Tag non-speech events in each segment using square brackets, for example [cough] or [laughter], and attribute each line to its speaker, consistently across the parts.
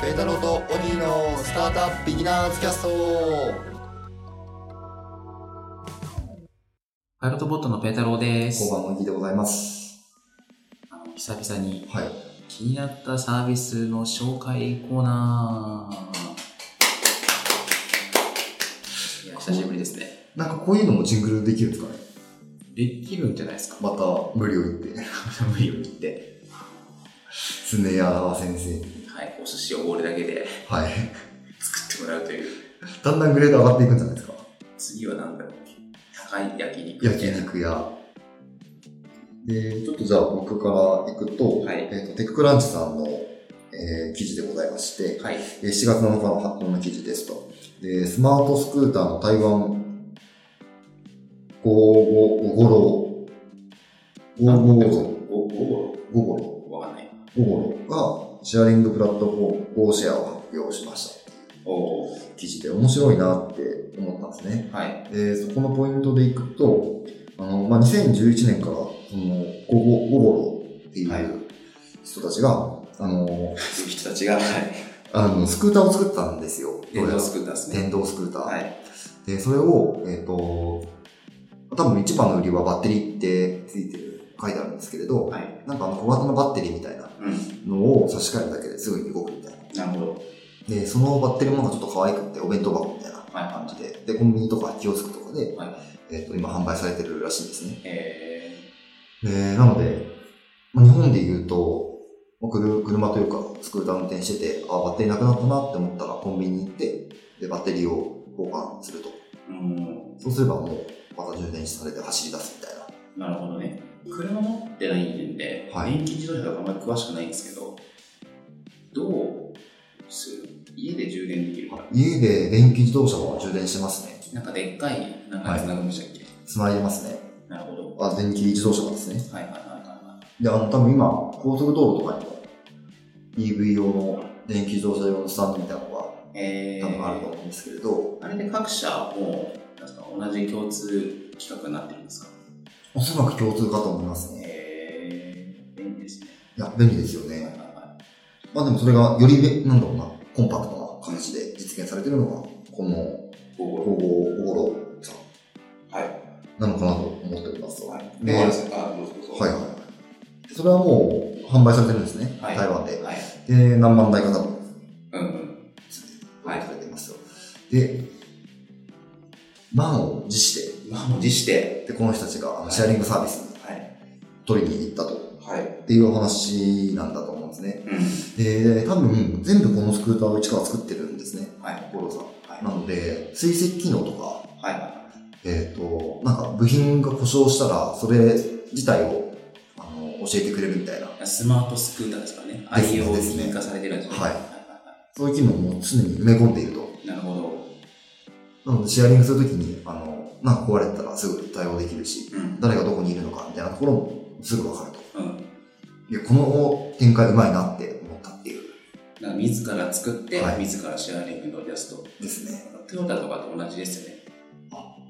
Speaker 1: ペータローとオニーのスタートアップビギナーズキャスト
Speaker 2: パイロットボットのペータローです。
Speaker 1: こんばんは、ギーでございます。
Speaker 2: 久々に
Speaker 1: はい。
Speaker 2: 気になったサービスの紹介コーナー。いや、久しぶりですね。
Speaker 1: なんかこういうのもジングルできるんですかね
Speaker 2: できるんじゃないですか。
Speaker 1: また無理を言って、
Speaker 2: 無理を言って。
Speaker 1: スネア先生に。
Speaker 2: はい、お寿司を俺だけで
Speaker 1: はい。
Speaker 2: 作ってもらうという。
Speaker 1: だんだんグレード上がっていくんじゃないですか
Speaker 2: 次は何だろう高い焼肉。
Speaker 1: 焼肉屋。で、ちょっとじゃあ僕から行くと、
Speaker 2: はい
Speaker 1: えっとテッククランチさんの、えー記事でございまして、
Speaker 2: はい。
Speaker 1: えー7月7日の発行の記事ですと。で、スマートスクーターの台湾5ごろ、5
Speaker 2: あ
Speaker 1: ご
Speaker 2: でも
Speaker 1: ろ、
Speaker 2: ごご
Speaker 1: 5ごろ、
Speaker 2: ごわかんない。
Speaker 1: 5ごろがシェアリングプラットフォーム g シェアを発表しました。
Speaker 2: おお。
Speaker 1: 記事で面白いなって思ったんですね。
Speaker 2: はい。
Speaker 1: で、そこのポイントでいくと、あの、まあ、2011年から、その、ゴゴ、ゴゴロってい
Speaker 2: はいう
Speaker 1: 人たちが、あの、
Speaker 2: そういう人たちが、はい。
Speaker 1: あの、スクーターを作ったんですよ。
Speaker 2: 電動スクーターですね。
Speaker 1: 電動スクーター。
Speaker 2: はい。
Speaker 1: で、それを、えっ、と、多分一番の売りはバッテリーってついてる、書いてあるんですけれど、
Speaker 2: はい。
Speaker 1: なんかあの小型のバッテリーみたいな
Speaker 2: うん。
Speaker 1: のを差し替えるだけですぐに動くみたいな。
Speaker 2: なるほど。
Speaker 1: で、そのバッテリーもなんかちょっと可愛くて、お弁当箱みたいな
Speaker 2: はい、
Speaker 1: 感じ
Speaker 2: 感じ。
Speaker 1: で、で、コンビニとかキオスクとかで、
Speaker 2: はい
Speaker 1: えっ、と、今販売されてるらしいんですね。
Speaker 2: え
Speaker 1: で、なので、まあ、日本で言うと、まあくる車というか、スクーター運転してて、あ、バッテリーなくなったなって思ったら、コンビニに行って、で、バッテリーを交換すると。
Speaker 2: ー、うん。
Speaker 1: そうすればもう、また充電されて走り出すみたいな。
Speaker 2: なるほどね。車持ってないんで、
Speaker 1: はい
Speaker 2: 電気自動車とかあんまり詳しくないんですけど、どうする家で充電できるから。
Speaker 1: 家で電気自動車は充電してますね。
Speaker 2: なんかでっかい、なんかつなぐんでしたっけ、
Speaker 1: 繋いでますね。
Speaker 2: なるほど。
Speaker 1: あ、電気自動車がですね。
Speaker 2: はいはいはいはい
Speaker 1: で、あの、多分今、高速道路とかにも、EV 用の電気自動車用のスタンドみたいなのが、
Speaker 2: はい。え
Speaker 1: 多分あると
Speaker 2: ー、
Speaker 1: 思うんですけれど、
Speaker 2: あれで各社も、なんですか同じ共通企画になってるんですか
Speaker 1: おそらく共通かと思いますね。
Speaker 2: えー、便利ですね。
Speaker 1: いや、便利ですよ
Speaker 2: はいは
Speaker 1: ね
Speaker 2: い。は
Speaker 1: まあでもそれがよりべ、なんだろうな、コンパクトな形で実現されてるのが、この、
Speaker 2: い。ゴーゴ
Speaker 1: ゴゴゴロさん
Speaker 2: ーはい。
Speaker 1: なのかなと思っております。
Speaker 2: はい。
Speaker 1: で
Speaker 2: ゴーゴーですあ、どうぞどうぞ。
Speaker 1: はいはい。それはもう販売されてるんですね、
Speaker 2: はい
Speaker 1: 台湾で。
Speaker 2: はい。
Speaker 1: で、何万台か多分、
Speaker 2: うんうん。
Speaker 1: 販売されていますよ。で、満を持し
Speaker 2: 満を持して、
Speaker 1: て、で、この人たちがあの
Speaker 2: はい
Speaker 1: シェアリングサービスに
Speaker 2: はい。
Speaker 1: 取りに行ったと、
Speaker 2: はい。
Speaker 1: っていうお話なんだと思うんですね。
Speaker 2: うん。
Speaker 1: で、多分、全部このスクーターを一から作ってるんですね、
Speaker 2: はい。
Speaker 1: ゴロさん。
Speaker 2: はい。
Speaker 1: なので、追跡機能とか、
Speaker 2: はい。
Speaker 1: えっ、と、なんか部品が故障したら、それ自体をあの教えてくれるみたいな、
Speaker 2: スマートスクーターですかね。
Speaker 1: ですねですね
Speaker 2: IoT 化されてるんですね。
Speaker 1: はい
Speaker 2: は
Speaker 1: そういう機能も常に埋め込んでいると。
Speaker 2: い。なるほど。
Speaker 1: なので、シェアリングするときに、あの、なんか壊れたらすぐ対応できるし、
Speaker 2: うん。
Speaker 1: 誰がどこにいるのかみたいなところもすぐわかると。
Speaker 2: うん。
Speaker 1: いや、この展開うまいなって思ったっていう、
Speaker 2: だから自ら作って、
Speaker 1: はい
Speaker 2: 自らシェアリングに乗り出すと。
Speaker 1: ですね。
Speaker 2: トヨタとかと同じですよね。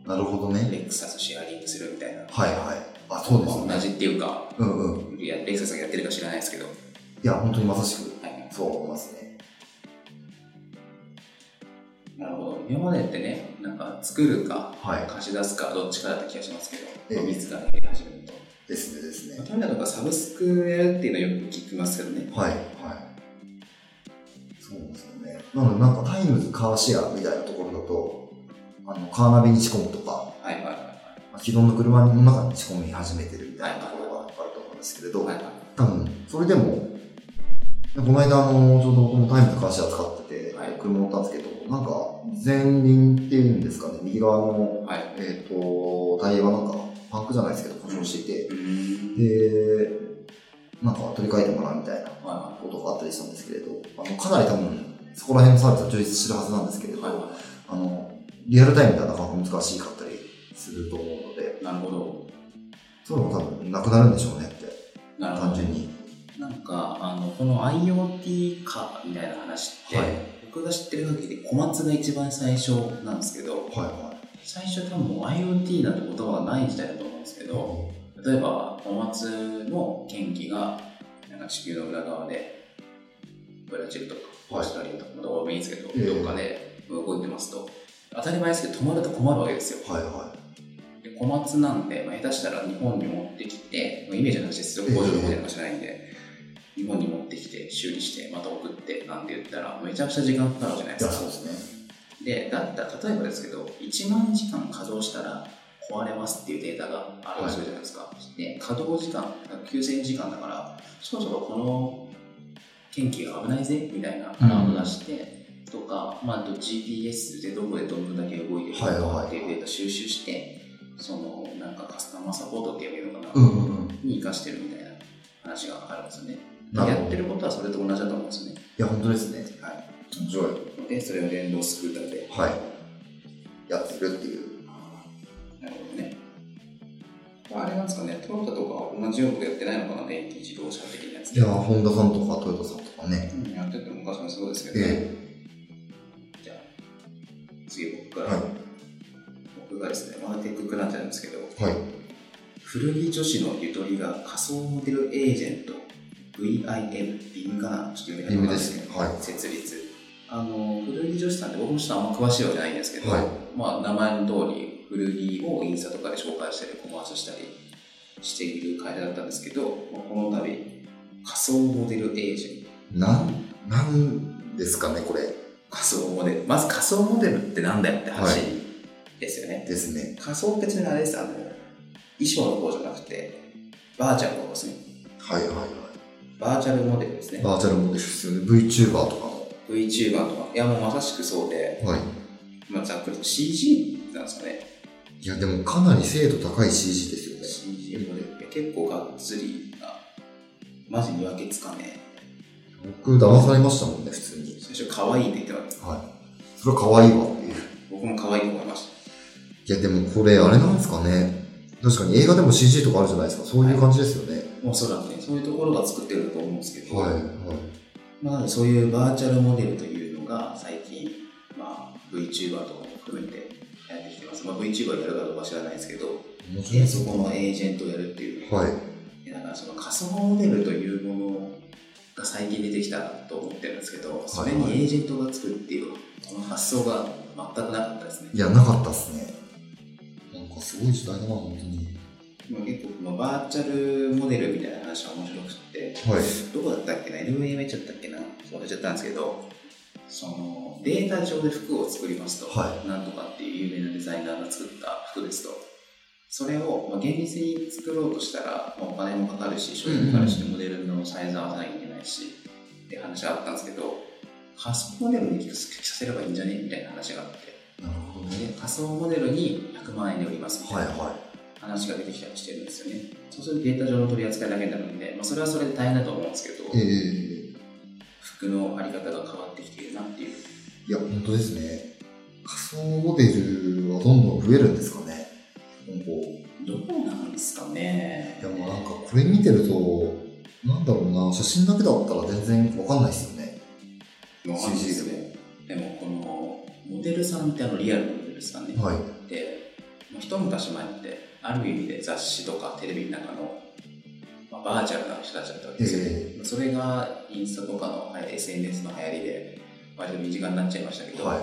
Speaker 1: なるほどね。
Speaker 2: レクサスシェアリングするみたいな。
Speaker 1: はいはい。あ、そうです
Speaker 2: まあ
Speaker 1: ね。
Speaker 2: 同じっていうか、
Speaker 1: うんうん。
Speaker 2: いやレクサスがやってるか知らないですけど。はい
Speaker 1: いや、本当にまさしく、
Speaker 2: はい。
Speaker 1: そう思いますね。
Speaker 2: なるほど。今までってね、なんか作るか、
Speaker 1: はい。
Speaker 2: 貸し出すか、どっちかだった気がしますけ
Speaker 1: え
Speaker 2: ど、
Speaker 1: え
Speaker 2: 自らやり始めると。
Speaker 1: ですね、ですね。
Speaker 2: トヨタとかサブスクやるっていうのはよく聞きますけどね。
Speaker 1: はいはいそうですよねなのでなんかタイムズカーシェアみたいなところだとあのカーナビに仕込むとか
Speaker 2: はいはいは
Speaker 1: まあ既存の車の中に仕込み始めてるみたいなところがあると思うんですけれど、
Speaker 2: い。はいはい
Speaker 1: 多分それでもこの間あのちょうどこのタイムズカーシェア使ってて、
Speaker 2: はい
Speaker 1: 車乗ったんですけどなんか前輪っていうんですかね右側の、
Speaker 2: はい。
Speaker 1: えー、とタイヤがなんかパンクじゃないですけど故障していて、
Speaker 2: うーん
Speaker 1: でなんか取り替えてもらうみたいな
Speaker 2: は
Speaker 1: ことがあったりしたんですけれど、あのかなり多分、そこら辺のサービスは充実してるはずなんですけれ
Speaker 2: い
Speaker 1: ど、
Speaker 2: はいは
Speaker 1: あのリアルタイムではなかなか難しかったりすると思うので、
Speaker 2: い。なるほど。
Speaker 1: そういうのが多分なくなるんでしょうねって、
Speaker 2: なる
Speaker 1: 単
Speaker 2: ほど。
Speaker 1: 純に。
Speaker 2: なんか、あの、この IoT 化みたいな話って、
Speaker 1: はい
Speaker 2: 僕が知ってる限りで小松が一番最初なんですけど、
Speaker 1: はいはい。
Speaker 2: 最初多分もう IoT なんて言葉がない時代だと思うんですけど、例えば小松の研機が、なんか地球の裏側で、ブラジルとか、オ
Speaker 1: は
Speaker 2: ー
Speaker 1: い
Speaker 2: ストラリアとか、まだ多いんですけど、
Speaker 1: ええ
Speaker 2: どっかで動いてますと、当たり前ですけど、止まると困るわけですよ。
Speaker 1: はいは
Speaker 2: で小松なんで、まあ、下手したら日本に持ってきて、まあイメージの話ですよ、工場のことかしないんで、日本に持ってきて、修理して、また送って、なんて言ったら、めちゃくちゃ時間かかるわけじゃな
Speaker 1: い。
Speaker 2: い
Speaker 1: い
Speaker 2: で
Speaker 1: や、
Speaker 2: す
Speaker 1: そう
Speaker 2: か
Speaker 1: で。すね。
Speaker 2: で、だったら、例えばですけど、1万時間稼働したら壊れますっていうデータがあるわけじゃないですか。で、稼働時間、9000時間だから、そろそろこの天気が危ないぜみたいなアラーム出して、とか、まあ、あと GPS でどこでどんだけ動いてると
Speaker 1: はいはいは
Speaker 2: か
Speaker 1: い
Speaker 2: っていうデータ収集して、その、なんかカスタマーサポートっていうのかな、
Speaker 1: うんうんうん。い
Speaker 2: に活かしてるみたいな話があるんですよね。
Speaker 1: なるほど
Speaker 2: やってることはそれと同じだと思うんですよね。
Speaker 1: や、本当ですね。
Speaker 2: は
Speaker 1: 面白い。
Speaker 2: い。で、それを電動スクーターで
Speaker 1: はい。やってるっていう。
Speaker 2: なるほどね。あれなんですかね、トヨタとか同じようなことやってないのかな、電気自動車的なやつ
Speaker 1: いや、本田さんとかトヨタさんとかね。
Speaker 2: うんやってて昔もそうですけどね。
Speaker 1: え
Speaker 2: じゃあ、次僕
Speaker 1: え
Speaker 2: から、
Speaker 1: は
Speaker 2: 僕がですね、まだテッククランチャーなんですけど、
Speaker 1: い。はい。
Speaker 2: 古着女子のゆとりが仮想モデルエージェント、VIM、ビムかな、ちょっと読み方わかんない
Speaker 1: ビムですねはい
Speaker 2: 設立。あの、古着女子さんって僕もちょっとあんま詳しいわけじゃないんですけど、
Speaker 1: はい
Speaker 2: まあ名前の通り古着をインスタとかで紹介したりコマーシャルしたりしている会社だったんですけど、まあこの度仮想モデルエージェント
Speaker 1: なん、なんですかね、これ。
Speaker 2: 仮想モデルまず仮想モデルってなんだよって話ですよね、
Speaker 1: ですね。
Speaker 2: 仮想って別にあれですあの衣装の方じゃなくてバーチャルの方ですね
Speaker 1: はいはいは
Speaker 2: バーチャルモデルですね
Speaker 1: い。バーチャルモデルですよね。VTuber とか
Speaker 2: VTuber とかいやもうまさしくそうで、
Speaker 1: の。はい。
Speaker 2: まあ、ざっくりと CG なんですかね
Speaker 1: いや、でもかなり精度高い CG ですよね。
Speaker 2: CG モデルって結構がっつりなマジ見分けつかねえ
Speaker 1: 僕、騙されましたもんね、普通に。
Speaker 2: 最初可愛いって言ってます
Speaker 1: はい。それは可愛いわっていう。
Speaker 2: 僕も可愛いと思いまし
Speaker 1: いや、でもこれ、あれなんですかね。確かに映画でも CG とかあるじゃないですか。そういう感じですよね。
Speaker 2: たおそらくねそういうところが作ってると思うんですけど、
Speaker 1: はい。はい。
Speaker 2: まあ、なのでそういうバーチャルモデルというのが最近、まあ、VTuber とかも含めてやってきてます、まあ、VTuber やるかどうか知らないですけど
Speaker 1: 面白い
Speaker 2: で
Speaker 1: です
Speaker 2: そ
Speaker 1: ね。
Speaker 2: このエージェントをやるっていう、
Speaker 1: はい。
Speaker 2: でだからその仮想モデルというものが最近出てきたと思ってるんですけどそれにエージェントがつくっていうこの発想が全くなかったですね
Speaker 1: いや、なかったっすね。なんかすごい時代だな、本当に。
Speaker 2: まあ結構まあバーチャルモデルみたいな話は面白くって
Speaker 1: はい。
Speaker 2: どこだったっけな LVMH だったっけな忘れちゃったんですけどそのデータ上で服を作りますと、
Speaker 1: は
Speaker 2: なんとかっていう有名なデザイナーが作った服ですとそれをまあ現実に作ろうとしたら、まあ、お金もかかるし商品もかかるし、モデルのサイズ合わせなきゃいけないしって話があったんですけど仮想モデルに着させればいいんじゃねみたいな話があって
Speaker 1: なるほどね。
Speaker 2: で仮想モデルに100万円で売りますみたいな
Speaker 1: はいは
Speaker 2: 話が出てきたりしてるんですよね。そうするとデータ上の取り扱いだけになるんで、まあ、それはそれで大変だと思うんですけど、
Speaker 1: い。え
Speaker 2: 服のあり方が変わってきているなっていう。
Speaker 1: ー、いや、本当ですね。仮想モデルはどんどん増えるんですかね。今後。い
Speaker 2: どうなんですかね。
Speaker 1: や、もうなんかこれ見てると、なんだろうな、写真だけだったら全然わかんないですよね。
Speaker 2: わかんないですね。でも、このモデルさんってあのリアルのモデルですかね。
Speaker 1: はい。
Speaker 2: で、まあ、一昔前って、ある意味で雑誌とかテレビの中の、まあ、バーチャルな人たちだったわけですよね。
Speaker 1: え
Speaker 2: まあそれがインスタとかのはい SNS の流行りで、割と身近になっちゃいましたけ
Speaker 1: ー、
Speaker 2: ど、
Speaker 1: は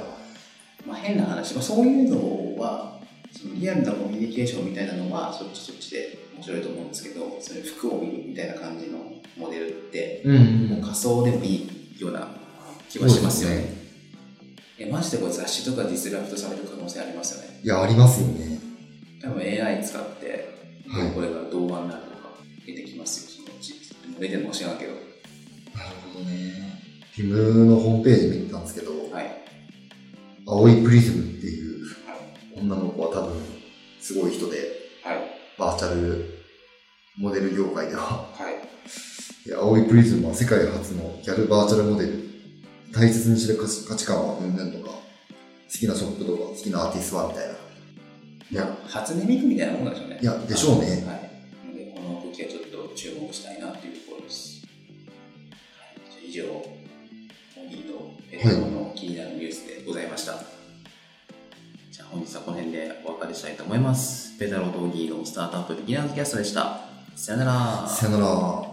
Speaker 2: まあ、変な話、まあ、そういうのはそのリアルなコミュニケーションみたいなのはそっちそっちで面白いと思うんですけどそれ服を見るみたいな感じのモデルって
Speaker 1: い。うん、
Speaker 2: もう
Speaker 1: うん。
Speaker 2: 仮想でもいいような気はしますよね
Speaker 1: そうで
Speaker 2: いやマジでこれ雑誌とかディスラプトされる可能性ありますよね
Speaker 1: いや、ありますよね。
Speaker 2: 多分 AI 使って、
Speaker 1: はい
Speaker 2: これが動画になるとか出てきますよそのうちもう出てるのか知らんけど
Speaker 1: なるほどね。ティムのホームページ見てたんですけど、
Speaker 2: はい
Speaker 1: 青いプリズムっていう女の子は多分すごい人で、
Speaker 2: はい
Speaker 1: バーチャルモデル業界では、 [laughs]
Speaker 2: はい
Speaker 1: いや青いプリズムは世界初のギャルバーチャルモデル、大切にしてる価値価値観はうんぬんとか、好きなショップとか、好きなアーティストはみたいな。いや、
Speaker 2: 初音ミクみたいなもんなんでしょうね
Speaker 1: いやでしょうね
Speaker 2: はいなのでこの動きはちょっと注目したいなっていうところです、はい、じゃあ以上本日のペットボの気になるニュースでございました、じゃあ本日はこの辺でお別れしたいと思いますペタロとギーのスタートアップビギナーズキャストでしたさよなら
Speaker 1: さよなら。